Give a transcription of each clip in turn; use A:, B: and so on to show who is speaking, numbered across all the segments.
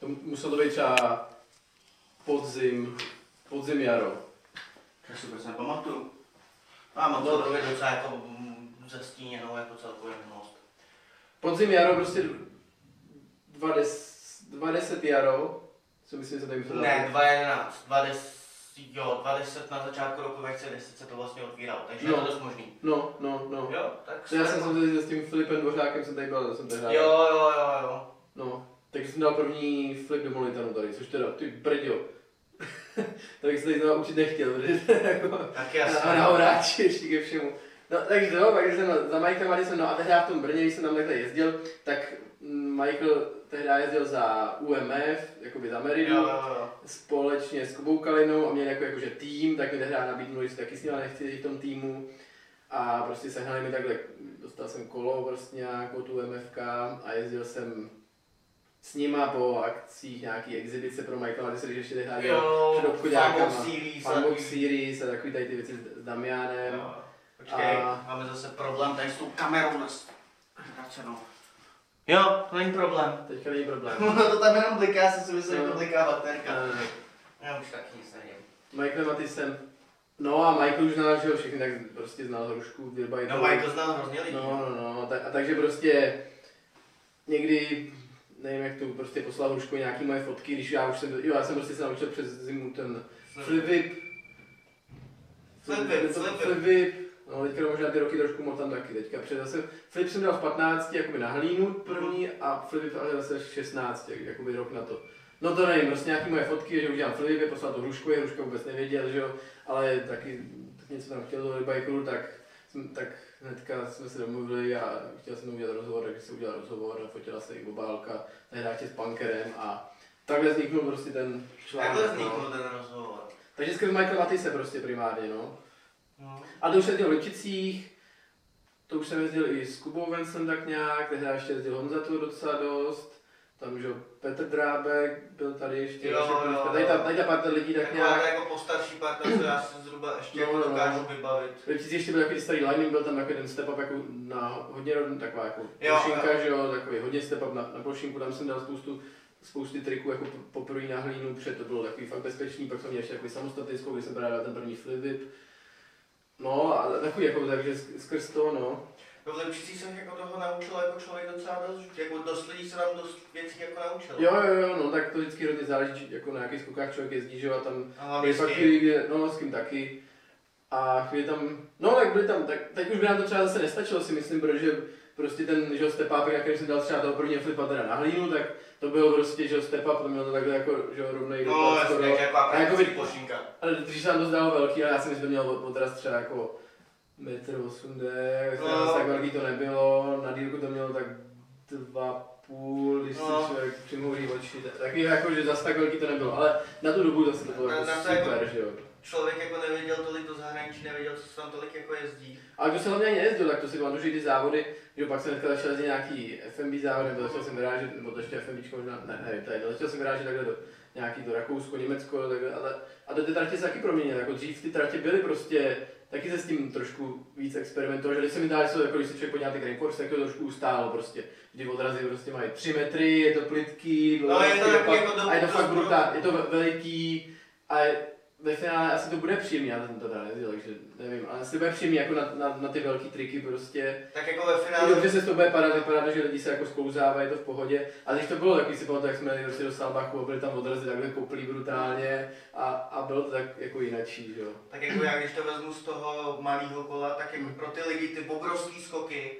A: To muselo to být třeba podzim, podzim jaro.
B: To si vůbec nepamatuju. A mám to takový docela jako mm, zastíněnou jako celkově minulost.
A: Podzim jaro prostě 20 jaro, co myslím, že to tak
B: Ne, 2011, 20, jo, 20 na začátku roku 2010 se to vlastně otvíralo, takže
A: No.
B: je to dost možný.
A: No, no, no.
B: Jo, tak
A: To já jsem se tady s tím Filipem Dvořákem jsem tady byl, jsem tady hrál.
B: Jo, jo, jo, jo.
A: No, takže jsem dal první flip do Molitanu tady, což teda, ty brďo. tak jsem tady znovu učit nechtěl, protože jako...
B: Tak
A: A
B: jasně.
A: na obráči ještě ke všemu. No, takže jo, pak jsem za Michaelem Madison, no a tehdy v tom Brně, když jsem tam takhle jezdil, tak mm, Michael tehdy jezdil za UMF, jakoby za
B: Jo,
A: Meridu,
B: jo, jo.
A: společně s Kubou Kalinou a měli jako, jakože tým, tak mi tehdy nabídnuli, že taky s ním nechci jít v tom týmu. A prostě sehnali mi takhle, dostal jsem kolo prostě nějakou tu MFK a jezdil jsem s nima po akcích nějaký exibice pro Michaela, když se ještě tehdy dělal
B: Jo,
A: před obchodákama.
B: Fanbox Series.
A: Fanbox
B: takový-
A: Series a takový tady ty věci s- s Damianem.
B: Jo. Počkej,
A: A-
B: máme zase problém tady s tou kamerou nas. Nakračenou. Jo, to není problém.
A: Teďka není problém.
B: Ono No, to tam jenom bliká, já jsem si myslel, že
A: No.
B: to bliká baterka.
A: Eh,
B: Já už taky nic nevím.
A: Michael Matysem. No a Michael už znal, že jo, všechny tak prostě znal hrušku, Dirbajtu.
B: No, Michael znal hrozně lidí.
A: No, no, no, tak, a takže prostě někdy, nevím jak to, prostě poslal Hruško nějaký moje fotky, když já už jsem, jo, já jsem prostě se naučil přes zimu ten flip whip.
B: Flip whip,
A: Flip
B: flip whip.
A: whip. No, teďka možná ty roky trošku motám taky, teďka před zase, flip jsem dal v 15, jakoby na hlínu první a flip whip ale zase v 16, jak- jakoby rok na to. No to nevím, prostě nějaký moje fotky, že udělám flip whip, poslal to Hruškovi, Hruško vůbec nevěděl, že jo, ale taky tak něco tam chtěl do Hellbikeru, tak, jsem- tak hnedka jsme se domluvili a chtěl jsem udělat rozhovor, takže jsem udělal rozhovor a fotila se i obálka, tehdy ještě s punkerem a takhle vzniknul prostě ten článek.
B: Takhle
A: no.
B: vznikl ten rozhovor.
A: Takže skrz Michaela Matyse prostě primárně, no.
B: No.
A: A to už jsem jezdil v Lipčicích, to už jsem jezdil i s Kubou Venclem tak nějak, tehdy ještě jezdil Honza tu docela dost, tam že jo, Petr Drábek byl tady ještě,
B: Jo,
A: takže
B: jo,
A: tady, ta,
B: jo.
A: tady ta parta lidí tak
B: Taková
A: nějak.
B: ta jako postarší parta, co já si zhruba ještě
A: No,
B: jako
A: no,
B: dokážu
A: no.
B: vybavit.
A: Lipčic ještě byl takový starý lining, byl tam jako jeden step up jako na hodně rovn, taková jako
B: Jo,
A: plošinka, že jo, takový hodně step up na, na plošinku, tam jsem dal spoustu spousty triků, jako po- poprvé na hlínu, před to bylo takový fakt bezpečný, pak jsem měl ještě takový samostatickou, kdy jsem právě dal ten první flip whip. No a takový jako, takže sk- skrz to, no.
B: No v Lepšicích jsem jako toho naučil jako člověk docela dost, jako dost lidí se tam dost věcí jako naučil.
A: Jo, jo, jo, no tak to vždycky hodně záleží, že jako na jakých skokách člověk jezdí, že jo, a tam
B: A hlavně
A: Je
B: s
A: fakt
B: tím.
A: chvíli, kde, no s kým taky. A chvíli tam, no tak byli tam, tak, teď už by nám to třeba zase nestačilo si myslím, protože prostě ten, že jo, step up, jak jsem dal třeba toho prvního flipa teda na hlínu, tak to bylo prostě, že jo, step up, to mělo to takhle jako, že jo, rovnej
B: No
A: dopad
B: jasně,
A: skoro.
B: že jako
A: A jakoby-
B: praktický plošinka.
A: Ale dřív se nám to zdálo velký, ale já si myslím, že to mělo odraz třeba jako metr 80,
B: No.
A: no. tak velký to nebylo, na dýlku to mělo tak dva půl, když
B: No.
A: si člověk přimluví oči, tak- taky jako, že zase tak velký to nebylo, ale na tu dobu zase to bylo
B: Na-
A: jako
B: na to jako-
A: super, že jo.
B: Člověk jako nevěděl tolik do zahraničí, nevěděl, co se tam tolik jako jezdí.
A: Ale kdo se hlavně ani nejezdil, tak to si pamatuju, že i ty závody, že pak jsem hnedka začal jezdit nějaký FMB závod, nebo začal jsem vyrážet, nebo to ještě FMB možná, ne, nevím, tady, no, začal jsem vyrážet takhle do nějaký do Rakousko, Německo, takhle, ale, a do ty tratě se taky proměnily, jako dřív ty tratě byly prostě, taky se s tím trošku víc experimentovalo, že když se mi zdá, že se to, jako když se člověk podívá na ty Grand Course, tak to trošku ustálo prostě, kdy odrazy prostě mají 3 metry, je to plitký,
B: No, je to
A: prostě
B: takový
A: dopad-
B: jako do-
A: a je to
B: do
A: fakt
B: sporu.
A: brutál, je to ve- veliký, a je, ve finále asi to bude příjemný, já jsem to teda nevěděl, takže nevím, ale asi to bude příjemný jako na, na, na ty velký triky prostě.
B: Tak jako ve
A: I
B: finále
A: dobře se to bude padat, vypadá to, že lidi se jako sklouzávají, je to v pohodě. A když to bylo takový si pamatuju, jak jsme jeli prostě do Salbachu a byli tam odrazy takhle koplí brutálně a, a bylo to tak jako jinačí, že jo.
B: Tak jako já, když to vezmu z toho malého kola, tak jako pro ty lidi ty obrovský skoky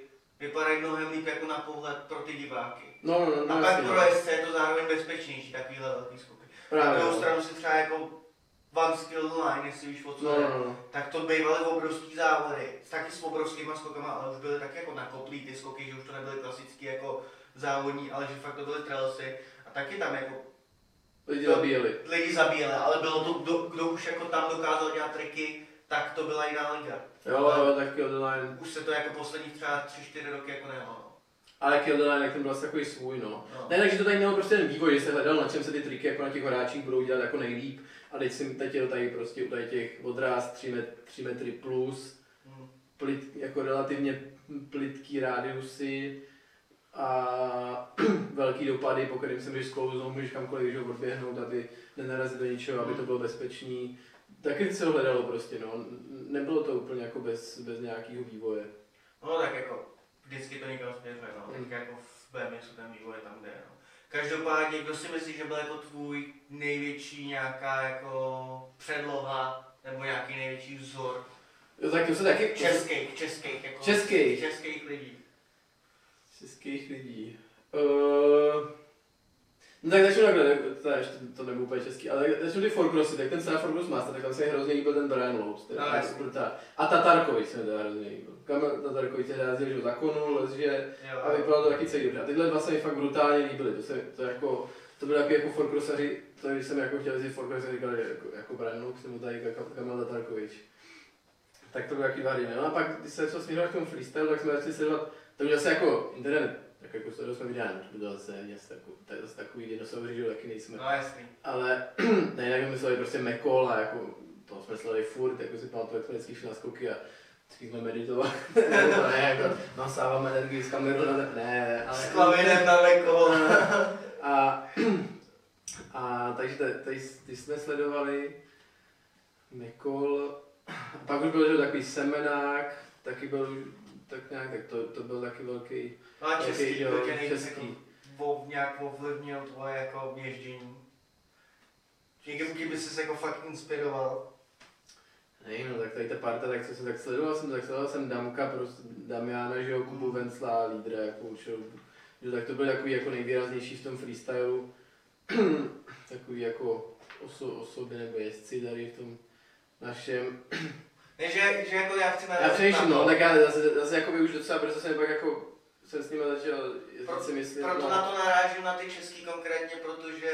B: vypadají mnohem líp jako na pohled pro ty diváky.
A: No, no,
B: A
A: no,
B: pak
A: jasně,
B: pro jezdce je to zároveň bezpečnější, takovýhle velký skoky. Na
A: právě,
B: druhou
A: no.
B: stranu si třeba jako one skill line, jestli víš o co
A: No,
B: jde,
A: no, no.
B: tak to bývaly obrovský závody, s taky s obrovskýma skokama, ale už byly taky jako nakoplý ty skoky, že už to nebyly klasický jako závodní, ale že fakt to byly trailsy. A taky tam jako
A: Lidi zabíjeli.
B: lidi zabíjeli, ale bylo to, kdo, kdo už jako tam dokázal dělat triky, tak to byla jiná liga.
A: Jo, jo, tak Kill the Line.
B: Už se to jako posledních třeba 3-4 roky jako nehlo.
A: Ale Kill the Line, jak ten byl asi takový svůj, no.
B: No.
A: Ne, takže to tady mělo prostě ten vývoj, že se hledal, na čem se ty triky jako na těch horáčích budou dělat jako nejlíp. A teď jsem teď je to tady prostě u tady těch odráz 3, met, 3 metry plus,
B: Hm.
A: plit, jako relativně plitký rádiusy. A a velký dopady, po kterým se můžeš sklouznout, můžeš kamkoliv že jo, odběhnout, aby nenarazit do ničeho, aby to bylo bezpečný. Taky se hledalo prostě, no. Nebylo to úplně jako bez, bez nějakého vývoje.
B: No tak jako, vždycky to někam směřuje, no.
A: Mm.
B: Tak jako v BMSu ten vývoj je tam, kde je, no. Každopádně, kdo si myslí, že byl jako tvůj největší nějaká jako předloha, nebo nějaký největší vzor
A: Jo, tak to se taky...
B: českých, českých, jako
A: Českých?
B: českých lidí.
A: Českých lidí. Uh, no tak začnu takhle, tak- teda ještě to nebylo úplně český, ale tak začnu ty Forkrosy, tak ten Sarah Forkros Master, tak tam se mi hrozně líbil ten Brian Lopes, teda,
B: No,
A: no,
B: jasně.
A: ta, a Tatarkovič se mi teda hrozně líbil. Kamil Tatarkovič se hrál, že za konu, lezže
B: Jo.
A: a vypadalo to taky celý dobře. A tyhle dva se mi fakt brutálně líbily, to, se, to jako, to byly takový jako Forkrosaři, to když jsem jako chtěl jezdit Forkros, jsem říkal, že jako, jako Brian Lopes nebo tady Ka- Kamil Tatarkovič. Tak to bylo taky dva rýmy. No a pak, když jsem začal směřovat k tomu freestyle, tak jsme začali sledovat to už zase jako internet, tak jako to jsme vydali, to bylo zase, zase, takový, to je zase takový dinosauři, že jo, taky nejsme.
B: No jasný.
A: Ale ne, jinak jsme mysleli prostě Mekol a jako to jsme sledovali furt, jako si pamatuju, jak jsme vždycky šli na skoky a vždycky jsme meditovali. Nebo ne, jako nasávám energii s kamerou, ne, ne, ne, ale...
B: S klavírem jako- daleko.
A: A, a takže te- tady, ty jsme sledovali Nikol, a pak už byl že, jo, takový semenák, taky byl tak nějak, tak to, to byl taky velký,
B: No a český,
A: velký,
B: kdo tě nejvíc jako
A: český.
B: vo- nějak ovlivnil tvoje jako měždění? Někým, kým by jsi jako fakt inspiroval?
A: Nevím, no, tak tady ta parta, tak co jsem tak sledoval, jsem tak sledoval jsem Damka, prostě Damiana, že jo, Kubu Vencla, lídra, jako už, jo, že, tak to byl takový jako nejvýraznější v tom freestylu, takový jako oso, osoby nebo jezdci tady v tom našem.
B: Ne, že, že jako já chci
A: Já
B: narazit
A: přemýšlím,
B: na to.
A: no, tak já zase, zase jako by už docela brzo jsem pak jako jsem s nimi začal
B: Pro-
A: jezdit si myslím.
B: Proto
A: no.
B: na to narážím na ty český konkrétně, protože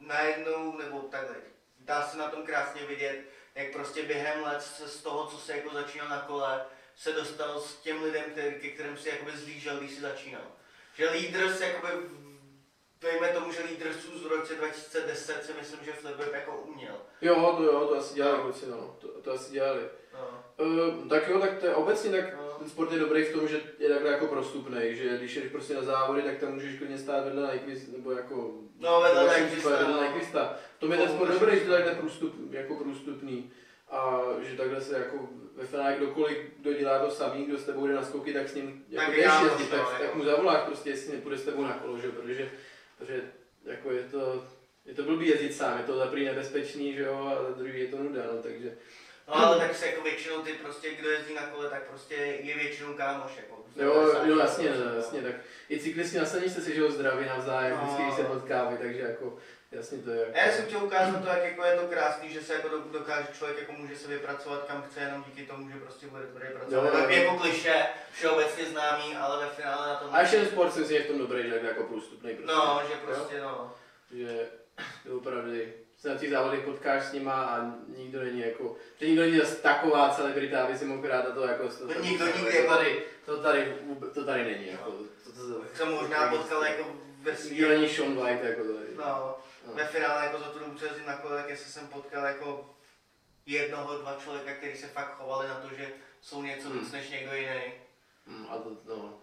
B: najednou, nebo takhle, dá se na tom krásně vidět, jak prostě během let se z toho, co se jako začínal na kole, se dostal s těm lidem, který, ke kterým si jakoby zlížel, když si začínal. Že Leaders, jakoby, dejme tomu, že Leadersů z roce 2010 si myslím, že Flipweb jako uměl.
A: Jo, to jo, to asi dělali kluci, no, to, to asi dělali.
B: No.
A: Ehm, tak jo, tak to je obecně tak
B: No.
A: ten sport je dobrý v tom, že je takhle jako prostupný, že když jdeš prostě na závody, tak tam můžeš klidně stát vedle Nyquist, nebo jako...
B: No, vedle
A: nebo jak
B: Nyquista,
A: jsem říkal,
B: no.
A: vedle Nyquista. V tom je ten
B: No,
A: sport
B: můžeš
A: dobrý, že
B: si-
A: to je takhle průstup, jako prostupný. A že takhle se jako ve finále kdokoliv, kdo dělá to samý, kdo s tebou jde na skoky, tak s ním jako
B: Tak
A: jdeš
B: já
A: jezdit,
B: to,
A: tak,
B: jo.
A: tak, mu zavoláš prostě, jestli nepůjde s tebou na kolo, že jo, protože, protože jako je to, je to blbý jezdit sám, je to za prvý nebezpečný, že jo, a za druhý je to nuda, no, takže
B: no, ale tak se jako většinou ty prostě, kdo jezdí na kole, tak prostě je většinou kámoš. Jako,
A: Jo, jo, jasně, jasně, tak i cyklisti na silnici se žijou zdraví navzájem,
B: No.
A: vždycky když se potkávají, takže jako, jasně to je jako...
B: Já jsem chtěl ukázat to, jak jako je to krásný, že se jako do- dokáže člověk jako může se vypracovat kam chce, jenom díky tomu, že prostě bude, bude
A: Jo,
B: pracovat.
A: jo,
B: Tak
A: jo.
B: jako kliše, všeobecně známý, ale ve finále na tom...
A: A ještě ten sport si myslím, že je v tom dobrý, že je jako průstupný prostě.
B: No, že prostě no.
A: Že doopravdy se na těch závodech potkáš s nima a nikdo není jako, že nikdo není zase taková celebrita, aby si mohl rád na to jako... To,
B: To
A: to-
B: No, nikdo
A: to-
B: nikdy
A: to tady, to tady, vůbec- to tady není, jako, to, to, to,
B: Tak jsem možná potkal jako ve
A: Nikdo
B: svým...
A: není Sean White, jako to tady.
B: No,
A: No.
B: ve finále jako za tu dobu, co jezdím na kole, tak jestli jsem potkal jako jednoho, dva člověka, kteří se fakt chovali na to, že jsou něco
A: Hmm.
B: víc než někdo jiný.
A: Mm, A to, no,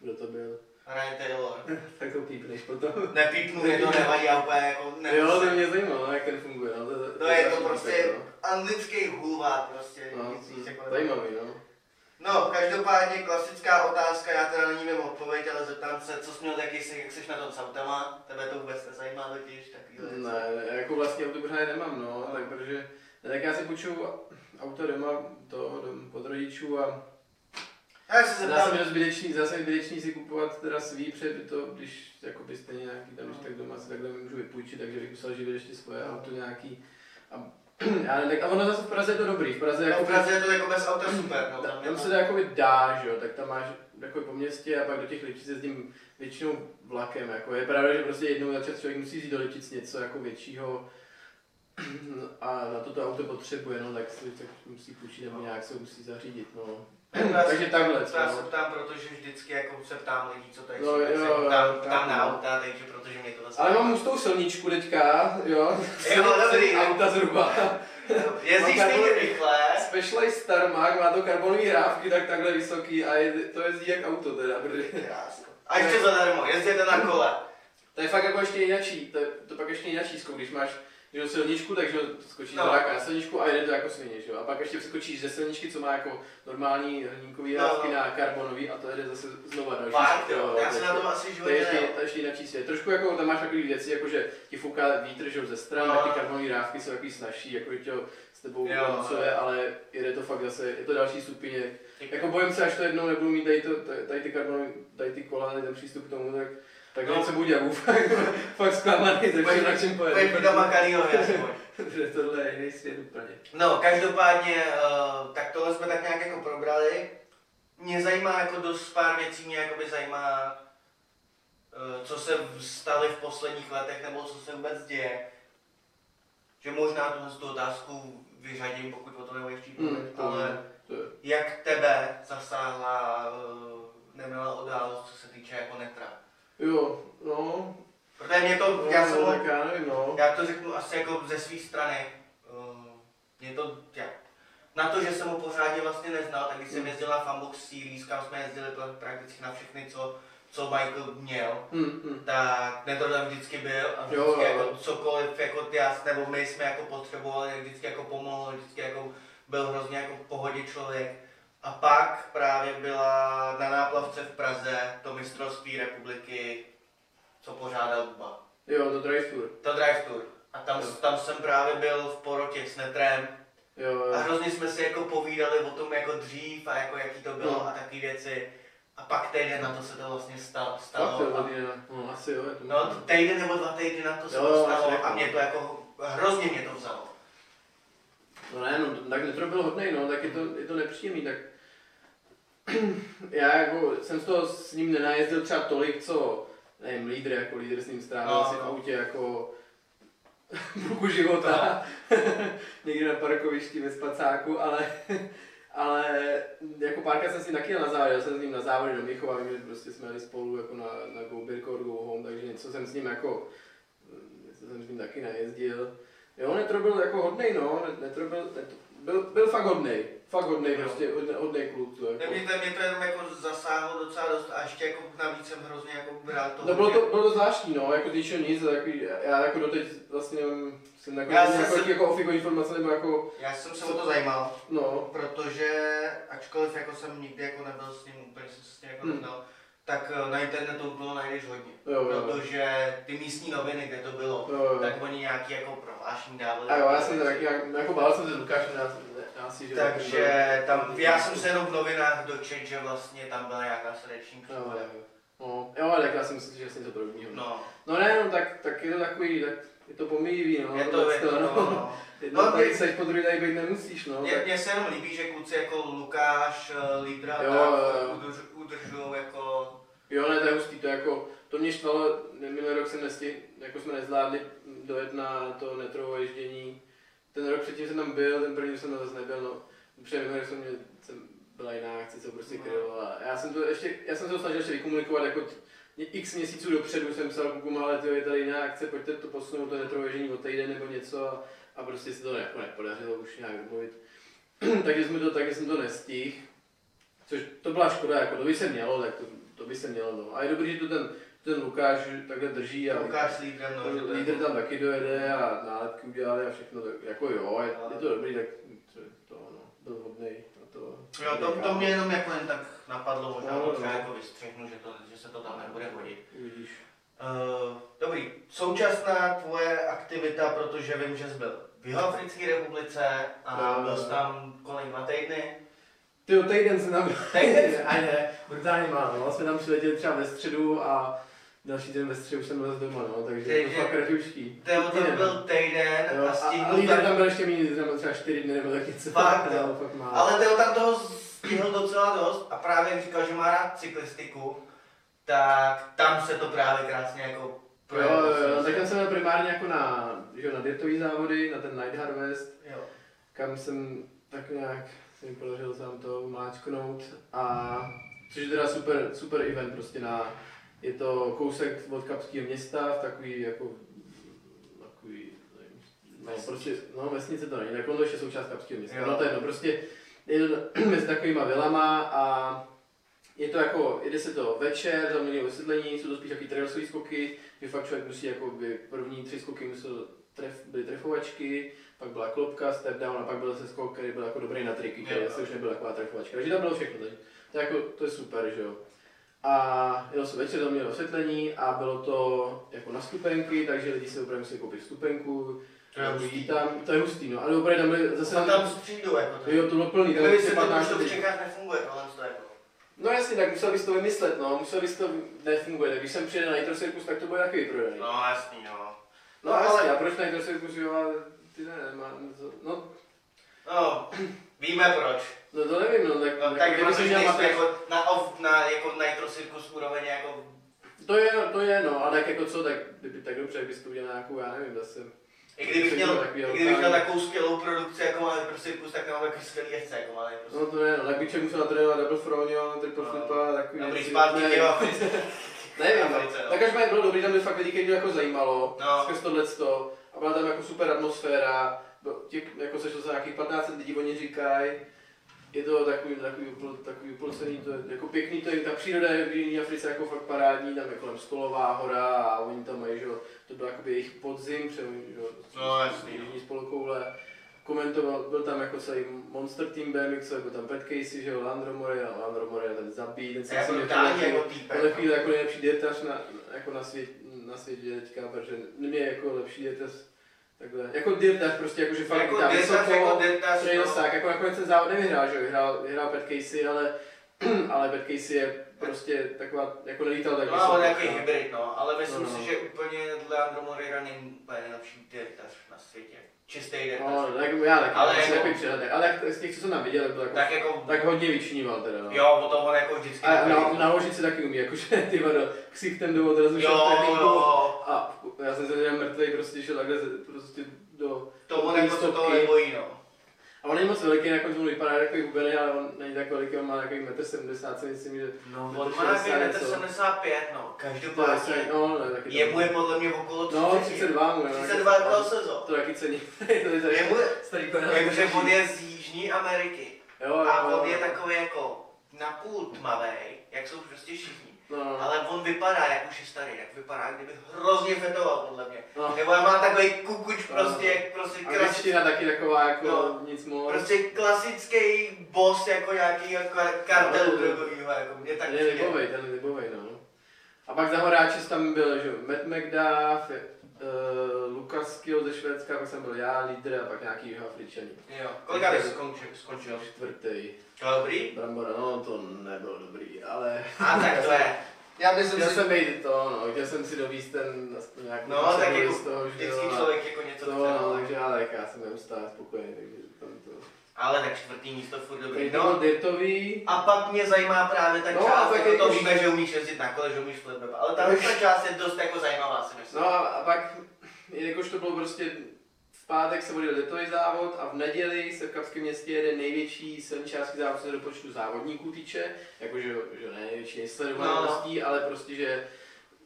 A: kdo to byl,
B: Ryan Taylor.
A: tak to pípneš potom.
B: Nepípnu, mě to nevadí, já úplně jako...
A: Jo, to mě zajímalo, jak ten funguje. No, to,
B: No je to
A: strašný
B: prostě
A: peklo.
B: anglický hulvát prostě,
A: No,
B: nic víc jako nemá.
A: zajímavý, no.
B: No, každopádně klasická otázka, já teda na ní vím odpověď, ale zeptám se, co jsi měl taky, se- jak jsi na tom s autama, tebe to vůbec nezajímá totiž, takovýhle věci.
A: Ne, jako vlastně auto pořád nemám, no, tak protože, ne, tak já si půjču auto doma, to dom, od rodičů a
B: Já
A: zdá se
B: se
A: mi
B: zeptám,
A: dost zbytečný, zase zbytečný si kupovat teda svý, protože by to, když jako by stejně nějaký
B: No.
A: tam, když tak doma si takhle můžu vypůjčit, takže bych musel živit ještě svoje auto nějaký. A, já ne, tak, a ono zase v Praze je to dobrý, v Praze
B: no,
A: jako
B: v Praze je to jako bez auta super, no,
A: Tam,
B: tam
A: tam
B: je
A: se to jakoby dá, že jo, tak tam máš jako po městě a pak do těch Lipčic jezdím většinou vlakem, jako je pravda, že prostě jednou za čas člověk musí jít do Lipčic něco jako většího a na to to auto potřebuje, no, tak si tak musí půjčit nebo nějak se musí zařídit, no. Takže takhle,
B: já se
A: no.
B: ptám, protože vždycky jako se ptám lidí, co tady
A: No,
B: jsou, tak
A: jo,
B: se
A: jo,
B: ptám,
A: tak,
B: ptám na
A: no.
B: auta, takže protože mě to zase...
A: Ale mám hustou silničku teďka, jo.
B: Jo, dobrý.
A: Auta zhruba.
B: Jezdíš
A: Mám
B: stejně
A: kartu-
B: rychle,
A: Specialized Starmark, má to karbonové rávky tak takhle vysoký a je, to jezdí jak auto teda, protože
B: Krásno. A ještě zadarmo, jezděte na kole.
A: To je fakt jako ještě jinačí, to, je, to pak ještě jinačí zkou, když máš že jo, silničku, takže skočíš
B: No.
A: no. na silničku a jede to jako svině, že jo. A pak ještě přeskočíš ze silničky, co má jako normální hliníkový
B: No,
A: rávky
B: no.
A: na karbonový a to jede zase znovu na další.
B: Fakt,
A: No, Jo,
B: jo, já
A: to
B: se
A: je-
B: na tom asi v
A: to je
B: životě
A: ještě,
B: nejel.
A: to je ještě jinak číslo. Jako, jako tam máš takový věci, jako že ti fouká vítr že jo, ze stran,
B: No.
A: no. ty karbonové rávky jsou takový snažší, jako že tě ho s tebou
B: Jo. no.
A: balancuje, ale jede to fakt zase, je to další stupině.
B: Ty-
A: Jako bojím se, až to jednou nebudu mít tady, to, tady ty karbonový, tady ty kola, tady ten přístup k tomu, tak tak
B: No.
A: no. něco budu dělat, fakt, fakt zklamaný, ze všem, na čem
B: Pojď
A: pojedu.
B: mi doma Kalínovi aspoň.
A: Protože tohle je jiný svět úplně.
B: No, každopádně, eh, tak tohle jsme tak nějak jako probrali. Mě zajímá jako dost pár věcí, mě jakoby zajímá, eh, co se v- staly v posledních letech, nebo co se vůbec děje. Že možná tuhle tu otázku vyřadím, pokud o to nebo ještě
A: Mm,
B: mluvit, Hmm, ale
A: to je.
B: jak tebe zasáhla eh, nemilá událost, co se týče jako netra?
A: Jo, no,
B: Protože mě to,
A: no,
B: já jsem
A: no,
B: ho
A: tak já nevím, no.
B: já to řeknu asi jako ze své strany. Ehm, Je to, já, na to, že jsem ho pořádně vlastně neznal, tak když jsem
A: Mm.
B: jezdil na Fanbox Series, kam jsme jezdili pra- prakticky na všechny, co, co Michael měl,
A: Hm, hm.
B: tak Nedor tam vždycky byl a vždycky
A: Jo, jo, jo.
B: jako cokoliv, jako ty já, nebo my jsme jako potřebovali, tak vždycky jako pomohl, vždycky jako byl hrozně jako v pohodě člověk. A pak právě byla na náplavce v Praze to mistrovství republiky, co pořádal Kuba.
A: Jo, to drive tour.
B: To drive tour. A tam,
A: Jo.
B: tam jsem právě byl v porotě s Netrem
A: Jo, jo.
B: a hrozně jsme si jako povídali o tom jako dřív a jako jaký to bylo
A: No.
B: a takové věci. A pak týden na to se to vlastně stalo.
A: Fakt to
B: stalo.
A: je
B: A,
A: hodně, no, asi jo, je to
B: no t- týden nebo dva týdny na to se
A: Jo,
B: to
A: jo, asi
B: stalo
A: jako-
B: a mě to jako hrozně mě to vzalo.
A: No ne, no, tak netro byl hodnej, no, tak je to, je to nepříjemný, tak... já jako jsem z toho s ním nenajezdil třeba tolik, co, nevím, lídr, jako lídr s ním strávil
B: No,
A: asi v
B: no.
A: autě jako půlku života,
B: No.
A: někde na parkovišti ve spacáku, ale, ale jako párkrát jsem s ním taky jel na závody, jel jsem s ním na závody do Míchova, vím, že prostě jsme jeli spolu jako na, na Go Beer Core, Go Home, takže něco jsem s ním jako, něco jsem s ním taky najezdil. Jo, Netro byl jako hodnej, no, Netro byl, netro, byl, byl fakt hodnej, fakt hodnej,
B: Jo.
A: prostě hodnej, hodnej kluk, to
B: Ne,
A: jako.
B: Mě to, mě to jenom jako zasáhlo docela dost a ještě jako navíc jsem hrozně jako bral to.
A: No bylo to, bylo to zvláštní, no, jako když je nic, jako, já jako doteď vlastně um, jsem jako,
B: Já
A: já jako,
B: jsem-
A: jako, jako ofiko informace, nebo jako,
B: Já jsem se o to zajímal.
A: no,
B: protože ačkoliv jako jsem nikdy jako nebyl s ním, úplně jsem se s ním jako
A: Hmm.
B: neznal, tak eh, na internetu toho najdeš hodně.
A: jo, jo,
B: Protože ty místní noviny, kde No to bylo,
A: jo, jo.
B: tak oni nějaký jako prohlášení dávali.
A: A jo, já jsem tak, jak, jako bál jsem se s Lukášem, já, já si, že...
B: Takže tam, já jsem se jenom v novinách dočetl, že vlastně tam byla nějaká srdeční
A: No, Jo,
B: příhoda.
A: No, jo, ale tak já si myslím, že jsem něco podobného. No.
B: No,
A: no ne, no, tak, tak je to takový, tak je to pomíjivý, no.
B: je to, je to, no, no.
A: Jednou
B: No,
A: tady
B: mě-
A: seš, po druhý tady být nemusíš, no.
B: Mně
A: tak-
B: mně se jenom líbí, že kluci jako Lukáš, eh, Lídra,
A: Jo,
B: tak
A: jo, jo.
B: udrž, udržují jako
A: Jo, ne, to je hustý, to je jako, to mě štvalo, minulý rok jsem nesti, jako jsme nezvládli dojet na to netrovo ježdění. Ten rok předtím jsem tam byl, ten první jsem tam zase nebyl, no. Protože minulý rok jsem, mě, jsem byla jiná akce, co prostě
B: No.
A: kryl. A já jsem to ještě, já jsem se to snažil ještě vykomunikovat, jako t- mě- x měsíců dopředu jsem psal klukům, ale ty je tady jiná akce, pojďte to posunout, to netrovo ježdění o týden nebo něco. A, a prostě se to jako nepodařilo už nějak domluvit. takže jsme to, takže jsem to nestihl. Což to byla škoda, jako to by se mělo, tak to, to by se mělo. No. A je dobrý, že to ten, ten Lukáš takhle drží a
B: Lukáš s Lídrem, no, že to je-
A: lídr tam taky dojede a nálepky udělali a všechno, tak jako jo, je, je to dobrý, tak to, to no, byl hodnej na to.
B: Jo, to, to mě jenom jako jen tak napadlo, možná
A: No,
B: to
A: no.
B: třeba jako vystřihnu, že, to, že se to tam nebude hodit.
A: Uvidíš.
B: Uh, dobrý, současná tvoje aktivita, protože vím, že jsi byl v Jihoafrické republice a
A: No,
B: byl
A: no,
B: jsi
A: no.
B: tam kolik dva týdny.
A: Ty jo, týden jsem tam
B: Týden?
A: A ne, brutálně málo. No. Jsme tam přiletěli třeba ve středu a další den ve středu už jsem byl z doma, no, takže je to
B: Takže-
A: fakt raťušký.
B: Teo tam
A: Týden.
B: byl týden
A: Jo,
B: a
A: a, a
B: stihnul
A: lídr
B: tam,
A: tam byl ještě méně, tam byl třeba čtyři dny nebo tak něco.
B: Fakt, jo.
A: no, fakt málo.
B: ale Teo tam toho stihl docela dost a právě jak říkal, že má rád cyklistiku, tak tam se to právě krásně jako
A: Jo, jo, jo,
B: si
A: tak
B: myslím.
A: tam jsem byl primárně jako na, že, jo, na dirtový závody, na ten Night Harvest,
B: Jo.
A: kam jsem tak nějak se mi podařilo sám to máčknout a což je teda super, super event prostě na, je to kousek od Kapského města v takový jako, takový, nevím, no prostě, no vesnice to není, tak ono No, ještě součást Kapského města,
B: Jo.
A: no to je no prostě je to mezi takovýma vilama a je to jako, jede se to večer, zamění osvětlení, jsou to spíš taky trailersový skoky, že fakt člověk musí jako by první tři skoky musel tref, byly trefovačky, pak byla klopka, step down a pak byl zase skok, který byl jako dobrý na triky, který
B: Jo.
A: zase už nebyl taková trefovačka. Takže tam bylo všechno, takže to, je jako, to je super, že jo. A jelo se večer, zaměnilo osvětlení a bylo to jako na stupenky, takže lidi si opravdu museli koupit stupenku.
B: To je hustý.
A: Tam, to je hustý, no. Ale opravdu tam byly zase...
B: Zase Prostě tam přijdou jako to.
A: Jo, to bylo plný, tam
B: Kdyby se
A: bylo
B: to už
A: 15
B: to v
A: lidí.
B: Čechách nefunguje, tohle to jako.
A: No jasně, tak musel bys to vymyslet, no, musel bys to, nefunguje, tak když jsem přijde na Nitro Circus, tak to bude taky vyprodaný. No,
B: No jasný, no.
A: no ale a proč na Nitro Circus, jo, ale ty ne, má, no,
B: No, víme proč.
A: no to nevím, no, tak,
B: No,
A: no,
B: tak
A: kdyby
B: prostě
A: jsi měl
B: nejsme
A: mapy,
B: jako na, off, na jako Nitro Circus úroveň jako
A: to je, to je, no, a tak jako co, tak, kdyby tak dobře, bys to udělal nějakou, já nevím, zase,
B: i kdybych
A: To
B: měl,
A: bylo takový jako-
B: i kdybych měl
A: lokální.
B: takovou skvělou produkci jako má Nitro Circus, tak nemám takový skvělý jezdce jako má Nitro Circus.
A: no to je, no, tak by člověk musel natrénovat double fronio, triple
B: No.
A: flipa, takový
B: Dobrý
A: věci,
B: zpátky,
A: ne,
B: jo.
A: Nevím, no.
B: Africe, no.
A: tak až mě bylo dobrý, tam byli fakt lidi, kteří jako zajímalo,
B: No.
A: no. skrz tohleto, a byla tam jako super atmosféra, bylo těch, jako sešlo se nějakých 15 lidí, oni říkají, je to takový, takový, upl, takový uplocený, to je jako pěkný, to je, ta příroda je v Jižní Africe jako fakt parádní, tam je kolem Skolová hora a oni tam mají, že jo, to byl jakoby jejich podzim, protože oni, že jo,
B: No, jasný, no.
A: Jižní spolukoule, komentoval, byl tam jako celý Monster Team BMX, jako tam Pat Casey, že jo, Landro Moreira, Landro Moreira ten zabíjí, ten
B: To je jako
A: myslím, že to
B: brutální
A: je-
B: jako
A: ale
B: týpek.
A: chvíli jako nejlepší dietař na, jako na, svět, na světě teďka, protože mě je jako lepší dietař takhle. Jako dietař prostě, jako že fakt
B: Jako
A: dá
B: dietař, jako dietař,
A: trail
B: no.
A: tak, jako nakonec ten závod nevyhrál, že jo, vyhrál, vyhrál Pat Casey, ale, ale Pat Casey je prostě taková, jako nelítal tak
B: No a on
A: vysoko,
B: nějaký
A: no.
B: hybrid, no, ale myslím
A: No, no.
B: si, že úplně dle Andro Moreira není úplně nejlepší dirtař na světě. Čistý dirtař.
A: No, tak já taky,
B: Ale
A: ale jako,
B: jako-
A: takový přehled, ale tak z těch, co jsem tam viděl, tak byl jako,
B: Tak
A: tak,
B: jako,
A: hodně vyčníval teda, no.
B: jo, o tom on jako vždycky.
A: A na, naložit si taky umí, jakože ty vado, ksichtem do odrazu šel
B: Jo, jako-
A: tréninku.
B: jo,
A: A já jsem se teda mrtvej prostě šel takhle ze- prostě do...
B: to on
A: do
B: jako se toho
A: stopky.
B: nebojí, no.
A: A on není moc veliký, nakonec on vypadá jako hubený, ale on není tak veliký, on má takový 1,70 m, si myslím, že...
B: No,
A: Metr
B: on má nějaký
A: 60
B: metr
A: něco.
B: 75, no.
A: To je asi-
B: Každopádně,
A: no, ne, taky
B: jemu je podle mě okolo 30.
A: No, 32 mu, jo.
B: 32 bylo jako sezon.
A: To taky cení. to je tady
B: Jemu je,
A: starý konec.
B: jakože on je z Jižní Ameriky.
A: Jo,
B: A
A: No, jo,
B: on je
A: jo.
B: takový jako napůl tmavej, jak jsou prostě všichni.
A: No, no.
B: Ale on vypadá, jak už je starý, jak vypadá, jak kdyby hrozně fetoval, podle mě.
A: No.
B: Nebo má takový kukuč
A: No.
B: prostě, jak prostě, klasi-
A: Angličtina taky taková jako
B: No.
A: nic moc.
B: prostě klasický boss, jako nějaký jako kartel
A: No.
B: drogovýho, jako mě tak
A: Ten je
B: přijde.
A: libovej, ten je libovej, no. A pak za Horáčes tam byl, že jo, Matt McDuff, uh, Lukas Kiel ze Švédska, pak jsem byl já, lídr a pak nějaký Jihoafričaný.
B: Jo, kolika bys skončil, skončil?
A: Čtvrtý.
B: To dobrý?
A: Brambora, no to nebylo dobrý, ale...
B: A tak to je.
A: Já bych
B: jsem
A: chtěl
B: si-
A: jsem být to, no, chtěl jsem si dovíst ten aspoň nějakou
B: No, tak
A: představu
B: jako
A: z toho, že
B: Vždycky
A: jo, a-
B: člověk jako něco
A: No,
B: chce,
A: no,
B: no.
A: takže ale tak já jsem neustále spokojený, takže tam to...
B: Ale tak čtvrtý místo furt dobrý.
A: Takže to byl
B: No,
A: Dirtový,
B: a pak mě zajímá právě ta
A: No, a
B: část,
A: pak
B: jako
A: je-
B: to víme, že umíš jezdit na kole, že umíš flip ale ta ta část je dost jako zajímavá, si myslím.
A: no a, a pak, jakož to bylo prostě v pátek se odjel Dirtový závod a v neděli se v Kapském městě jede největší silničářský závod co se do počtu závodníků týče, jakože že ne největší nejsledovaností, ale prostě, že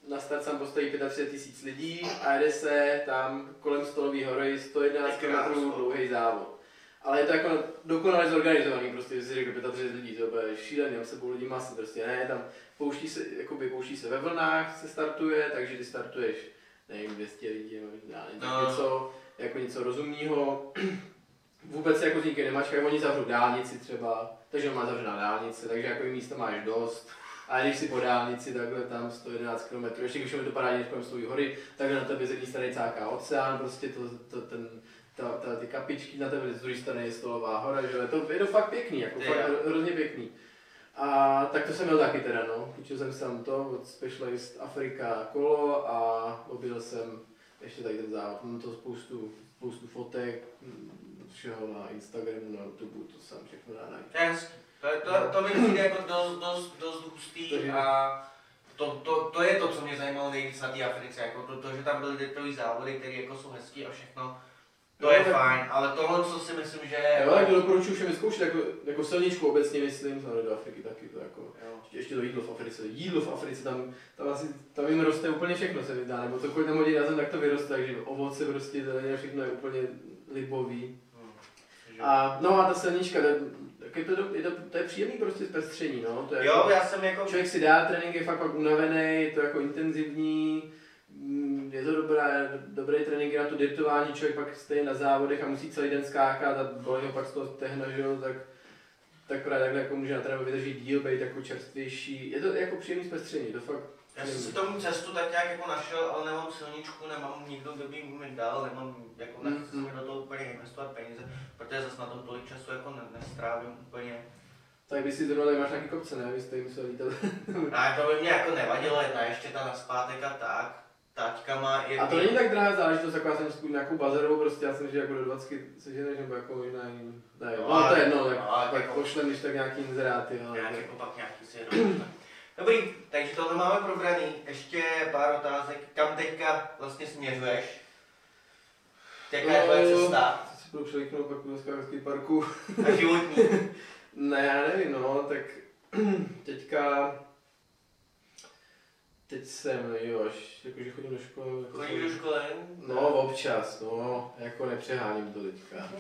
A: na start sám postojí 35 tisíc lidí a jede se tam kolem Stolový hory 111
B: Je krásno.
A: km dlouhý závod. Ale je to jako dokonale zorganizovaný, prostě si řekl 35 lidí, to bude šílený, tam sebou lidi masy, prostě ne, tam pouští se, jakoby pouští se ve vlnách, se startuje, takže ty startuješ, nevím, 200 lidí, nebo já nevím, tak
B: No.
A: něco, jako něco rozumného, vůbec se jako s nikým nemačkají, oni zavřou dálnici třeba, takže on má zavřená dálnice, takže jako místa máš dost. A když si po dálnici takhle tam 111 km, ještě když mi to parádně kolem stojí hory, tak na tebe z jedné strany cáká oceán, prostě to, to ten, ta, ta, ty kapičky na tebe, z druhé strany je stolová hora, že jo, je to, je to fakt pěkný, jako
B: Je,
A: fakt
B: jo.
A: hro- hrozně pěkný. A tak to jsem měl taky teda, no. Půjčil jsem si tam to od Specialist Afrika kolo a objel jsem ještě tady ten závod. Mám to spoustu, spoustu fotek, mm, všeho na Instagramu, na YouTube, to jsem všechno dá najít.
B: To je hezký. To, je-
A: No.
B: to, to mi přijde jako dost, dost, dost hustý
A: Takže-
B: a to, to, to, je to, co mě zajímalo nejvíc na té Africe, jako to, to, že tam byly detailový závody, které jako jsou hezký a všechno, to
A: Jo,
B: je
A: No, tak-
B: fajn, ale tohle, co si myslím, že je...
A: Jo, no, tak to doporučuji všem vyzkoušet, jako, jako silničku obecně myslím, samozřejmě do Afriky taky to jako.
B: Jo.
A: Ještě- Ještě to jídlo v Africe, jídlo v Africe, tam, tam asi, tam jim roste úplně všechno se vydá, nebo cokoliv tam hodí na zem, tak to vyroste, takže ovoce prostě, to je všechno je úplně libový.
B: Hm. že? jo.
A: A, no a ta silnička, to, je- taky to, to, je to, to je příjemný prostě zpestření, no. To je
B: Jo,
A: jako,
B: já jsem jako,
A: člověk si dá trénink, je fakt pak unavený, je to jako intenzivní, mm, je to dobré, dobrý trénink na to dirtování, člověk pak stejně na závodech a musí celý den skákat a bolí ho pak z toho stehna, že jo, tak tak právě takhle jako může na tréninku vydržet díl, být jako čerstvější. Je to jako příjemný zpestření, to fakt
B: já jsem si tomu cestu tak nějak jako našel, ale nemám silničku, nemám nikdo, kdo by mi dal, nemám, jako
A: Mhm.
B: nechci mm do toho úplně investovat peníze, protože zase na tom tolik času jako ne, nestrávím úplně.
A: Tak vy si zrovna tady máš nějaký kopce, ne? Vy jste jim se lítat. Mhm.
B: A to by mě jako nevadilo, jedna ještě ta naspátek a tak, taťka má i...
A: A to není tak drahá záležitost, jako já jsem zkusil nějakou bazarovou, prostě já jsem že jako do 20 seženeš, nebo jako možná jiný. Ne, jo. No,
B: No,
A: to je
B: ale-
A: jedno, tak,
B: no, ale
A: tak
B: jako-
A: pošlem když tak nějaký inzeráty, ale
B: Nějak
A: tak.
B: jako pak nějaký si jedou. Dobrý, takže tohle máme probraný. Ještě pár otázek. Kam teďka vlastně směřuješ? Jaká je tvoje
A: No.
B: cesta?
A: Co si budu přeliknout pak do skákařských parku?
B: A životní?
A: Ne, já nevím, no, tak teďka... Teď jsem, jo, až, jakože chodím do školy. Jako
B: Chodíš do
A: jsem-
B: školy?
A: No, občas, no, jako nepřeháním to teďka.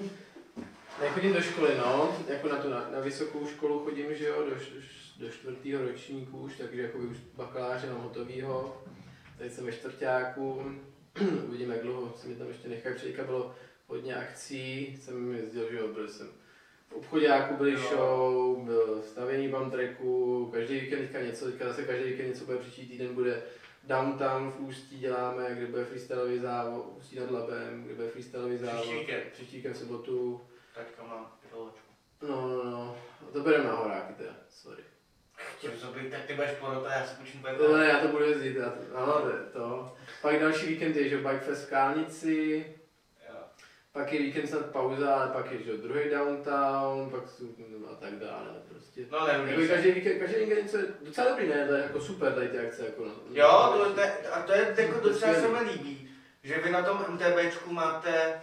A: Nechodím do školy, no, jako na tu na, na vysokou školu chodím, že jo, do, š- do čtvrtého ročníku už, takže jako už bakaláře mám hotovýho. Tady jsem ve čtvrtáku, uvidíme, jak dlouho se mi tam ještě nechají. Předka bylo hodně akcí, jsem jezdil, že jo, byl jsem v obchodáku byly
B: Jo.
A: show, byl stavění bamtreku, každý víkend teďka něco, teďka zase každý víkend něco bude, příští týden bude downtown v Ústí děláme, kde bude freestyleový závod, Ústí nad Labem, kde bude freestyleový závod.
B: Příští víkend.
A: Příští víkend v sobotu.
B: Taťka má piloločku.
A: No, no, no. To bereme na horáky teda, sorry.
B: Chtěl jsem být, tak ty budeš porota, já si půjčím pak.
A: To ne, já to budu jezdit, já to, ano, to, je to. Pak další víkend je, že jo, Bike Fest v Kálnici,
B: Jo.
A: pak je víkend snad pauza, ale pak je, že jo, druhý downtown, pak jsou, no, a tak dále, prostě.
B: No
A: Jako
B: neumíš.
A: každý víkend, každý víkend něco je docela dobrý, ne? To je jako super tady ty akce. Jako, no.
B: Jo, to, to, a to je jako docela se mi líbí, že vy na tom MTBčku máte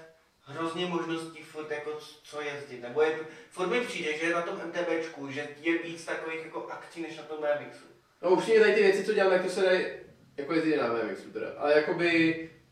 B: hrozně možností furt jako c- co jezdit, nebo je, furt mi přijde, že je na tom MTBčku, že je víc takových jako akcí než na tom BMXu.
A: No upřímně tady ty věci, co dělám, tak to se dají, jako jezdit na BMXu teda, ale jakoby,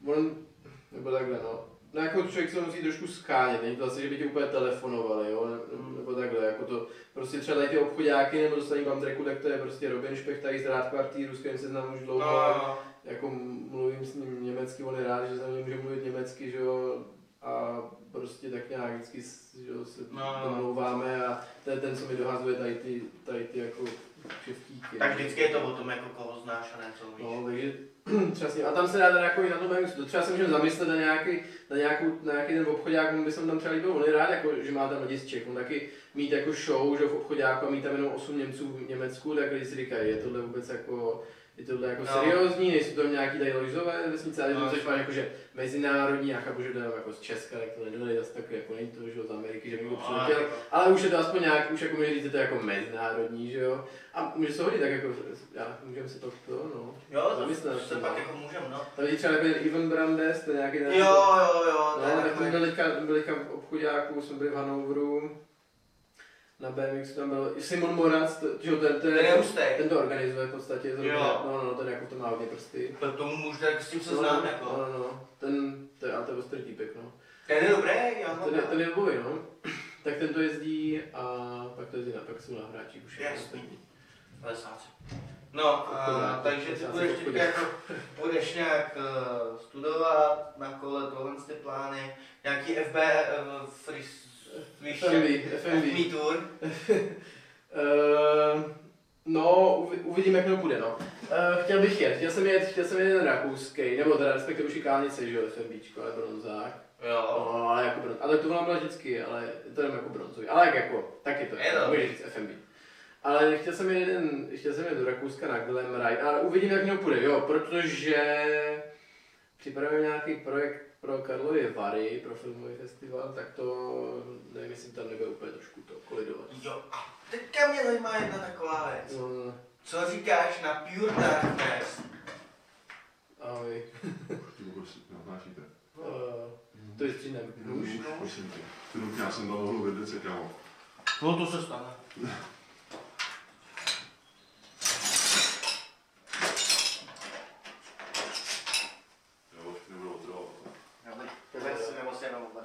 A: on, nebo takhle no, no jako člověk se musí trošku skánět, není to asi, že by ti úplně telefonovali, jo,
B: Hmm.
A: ne- nebo takhle, jako to, prostě třeba tady ty obchodáky nebo dostaní vám treku, tak to je prostě Robin Špech tady z rád kvartýru, s kterým se znám už
B: No,
A: dlouho,
B: no, no.
A: jako mluvím s ním německy, on je rád, že za mě může mluvit německy, že jo, a prostě tak nějak vždycky s- že jo, se
B: No.
A: domlouváme a to je ten, co mi dohazuje tady ty, tady ty jako no. křivtíky.
B: tak vždycky je to o tom, jako koho znáš a ne co umíš.
A: No, takže přesně. A tam se dá teda jako i na tom BMX, to třeba se můžeme zamyslet na nějaký, na nějakou, na nějaký ten obchodák, mu by se mu tam třeba líbil, on je rád, jako, že má tam lidi z Čech, on taky mít jako show, že jo, v obchodáku a mít tam jenom 8 Němců v Německu, tak lidi si říkají, je tohle vůbec jako, je tohle jako
B: No.
A: seriózní, nejsou tam nějaký tady ložové vesnice, ale
B: No.
A: no. to je fakt jako, že mezinárodní, já chápu, že to je jako z Česka, tak to nedodali zase tak, jako není to, že jo, z Ameriky, že by to
B: No,
A: přiletěl,
B: ale-
A: ale už je to aspoň nějak, už jako může říct, že to je jako mezinárodní, že jo. A může se hodit, tak jako, já, můžeme se to, to, no.
B: Jo, to
A: Zaměstnanec,
B: se
A: no.
B: pak jako můžem, no.
A: Tam je třeba byl Ivan Brandes, to je nějaký ten...
B: Jo, jo, jo, to
A: no,
B: je
A: tak
B: takový-
A: jsme byli teďka, byli teďka v obchodáku, jsme byli v Hanoveru, na BMX tam byl i Simon Morac, to, že jo, ten, ten,
B: Ten je hustý.
A: ten to organizuje v podstatě, zrovna,
B: Jo.
A: no, no, ten jako to má hodně prsty.
B: To tomu můžu, tak s tím se znám,
A: No,
B: jako.
A: no, no, ten, to je, a to je ostrý týpek, no.
B: Ten je dobrý, já ho
A: Ten, je-
B: mám.
A: ten je v boji, no. Tak ten to jezdí a pak to jezdí na, pak jsou na hráčích už. no.
B: Jasný. Lesáci. No, a,
A: Obchodák,
B: takže ty
A: lesáci
B: budeš
A: obchodák.
B: teďka jako, budeš nějak eh, studovat na kole tohle ty plány, nějaký FB, uh, fris,
A: FMV, FMV.
B: FMV tour.
A: Ehm, no, uvi- uvidím, jak to bude, no. Ehm, chtěl bych jet, chtěl jsem jet, chtěl jsem jet ten rakouský, nebo teda respektive už i Kálnice, že jo, FMBčko, ale bronzák.
B: Jo.
A: No, ale jako bronz, ale to ona byla vždycky, ale to jenom jako bronzový, ale jak jako, taky to,
B: Je to.
A: je, můžeš říct FMB. Ale chtěl jsem jet jeden, chtěl jsem jet do Rakouska na Glam Ride, ale uvidím, jak mě půjde, jo, protože připravil nějaký projekt pro Karlovy Vary, pro filmový festival, tak to nevím, jestli tam nebude úplně trošku to kolidovat.
B: Jo. A teďka mě zajímá jedna taková věc.
A: No, no, no.
B: Co říkáš na Pure Dark Fest?
A: ahoj.
C: Ty vůbec natáčíte.
A: Eh, To je střínem. Nůž.
C: Už, prosím tě. Ty ruky, já jsem dal nohou vedlice, kámo.
B: No to se stane.
C: Jo, už nebudu otrovat.
B: Dobrý. Tebe si nemusím jenom obrat.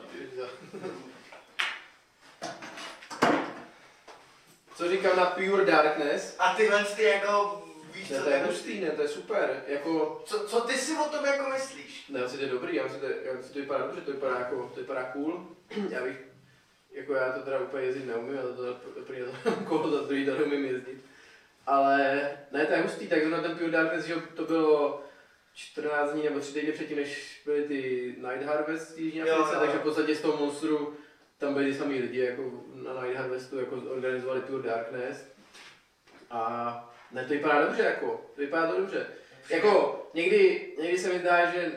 A: co říkám na Pure Darkness,
B: A tyhle ty jako, víš
A: ne,
B: co,
A: to je
B: ten-
A: hustý, no. ne, to je super, jako,
B: co, co ty si o tom jako myslíš?
A: ne, asi to je dobrý, já myslím, že to, je- já myslím, že to vypadá dobře, to vypadá jako, to vypadá cool, já bych, jako já to teda úplně jezdit neumím, ale to teda pr- prý na tom kolo za druhý to neumím jezdit, ale ne, to je hustý, tak zrovna ten Pure Darkness, že to bylo 14 dní nebo 3 týdny předtím, než byly ty Night Harvest v Jižní
B: Jo,
A: Africe,
B: jo, jo.
A: takže v podstatě z toho monstru tam byli ty samý lidi, jako na Night Harvestu, jako organizovali Pure Darkness a ne, to vypadá dobře, jako, to vypadá to dobře. Jako, někdy, někdy se mi zdá, že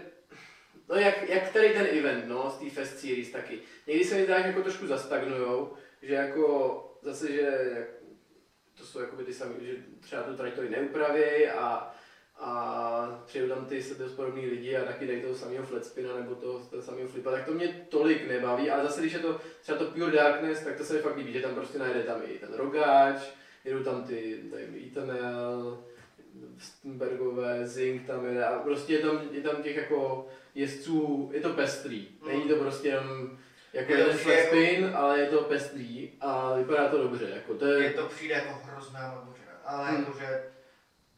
A: No jak, jak tady ten event, no, z té Fest Series taky. Někdy se mi zdá, že jako trošku zastagnujou, že jako zase, že jak- to jsou jakoby ty samé, že třeba tu trajektorii neupravějí a, a přijdu tam ty se podobný lidi a taky dají toho samého flatspina nebo toho, toho samého flipa, tak to mě tolik nebaví, ale zase když je to třeba to Pure Darkness, tak to se mi fakt líbí, že tam prostě najde tam i ten rogáč, jedou tam ty, nevím, Ethanel, Stembergové, Zing tam jede a prostě je tam, je tam těch jako jezdců, je to pestrý. Není to prostě jenom jako
B: Mm. Je to
A: jeden
B: vše jako-
A: flatspin, ale je to pestrý a vypadá to dobře. Jako to
B: Mně
A: je,
B: to přijde jako hrozná odbočina, ale
A: Hmm.
B: hmm. jakože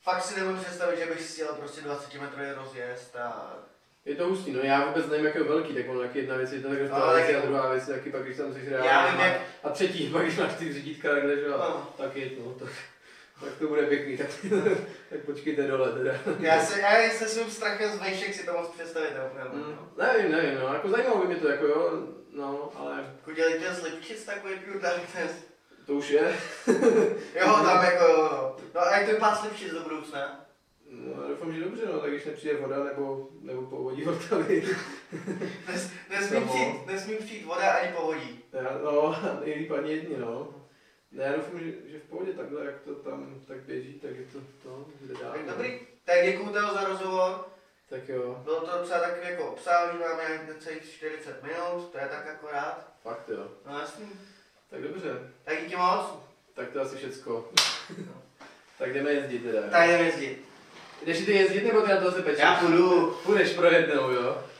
B: fakt si nemůžu představit, že bych si jel prostě 20 metrový rozjezd a
A: je to hustý, no já vůbec nevím, jak je velký, tak ono taky jedna věc je to takhle v
B: Ale
A: televizi a
B: jako-
A: druhá věc je taky pak, když tam jsi
B: já vím
A: reálně
B: jak,
A: a třetí, pak když máš ty řídítka takhle, že jo, a
B: no,
A: tak je, no, tak, tak to bude pěkný, tak, tak počkejte dole teda.
B: No, já se, já se svým strachem z vejšek si to moc představit neumím.
A: Mm,
B: Mm.
A: nevím, nevím, no, jako zajímalo by mě to, jako jo, no, ale
B: Jako dělí ten slipčic takový pure darkness.
A: to už je,
B: Jo, tam jako jo, no. No a jak to vypadá slipčic do budoucna?
A: no, doufám, že dobře, no, tak když nepřijde voda nebo, nebo povodí Vltavy,
B: Nes, nesmí,
A: Samo.
B: přijít, nesmí přijít voda ani povodí.
A: Já- no, nejlíp ani jedni, no. Ne, já doufám, že, že v pohodě takhle, jak to tam tak běží, tak je to, to jde dál.
B: Tak
A: no.
B: dobrý, tak děkuju Teo za rozhovor.
A: Tak jo,
B: Bylo to docela takový jako obsáhlý, máme necelých 40 minut, to je tak akorát.
A: fakt jo.
B: No jasný.
A: Tak dobře,
B: Tak díky moc.
A: tak to asi všecko. tak jdeme jezdit teda. jo.
B: Tak jdeme jezdit.
A: Jdeš i ty jezdit, nebo teda to se pečeš?
B: Já půjdu.
A: Půjdeš pro jednou, jo?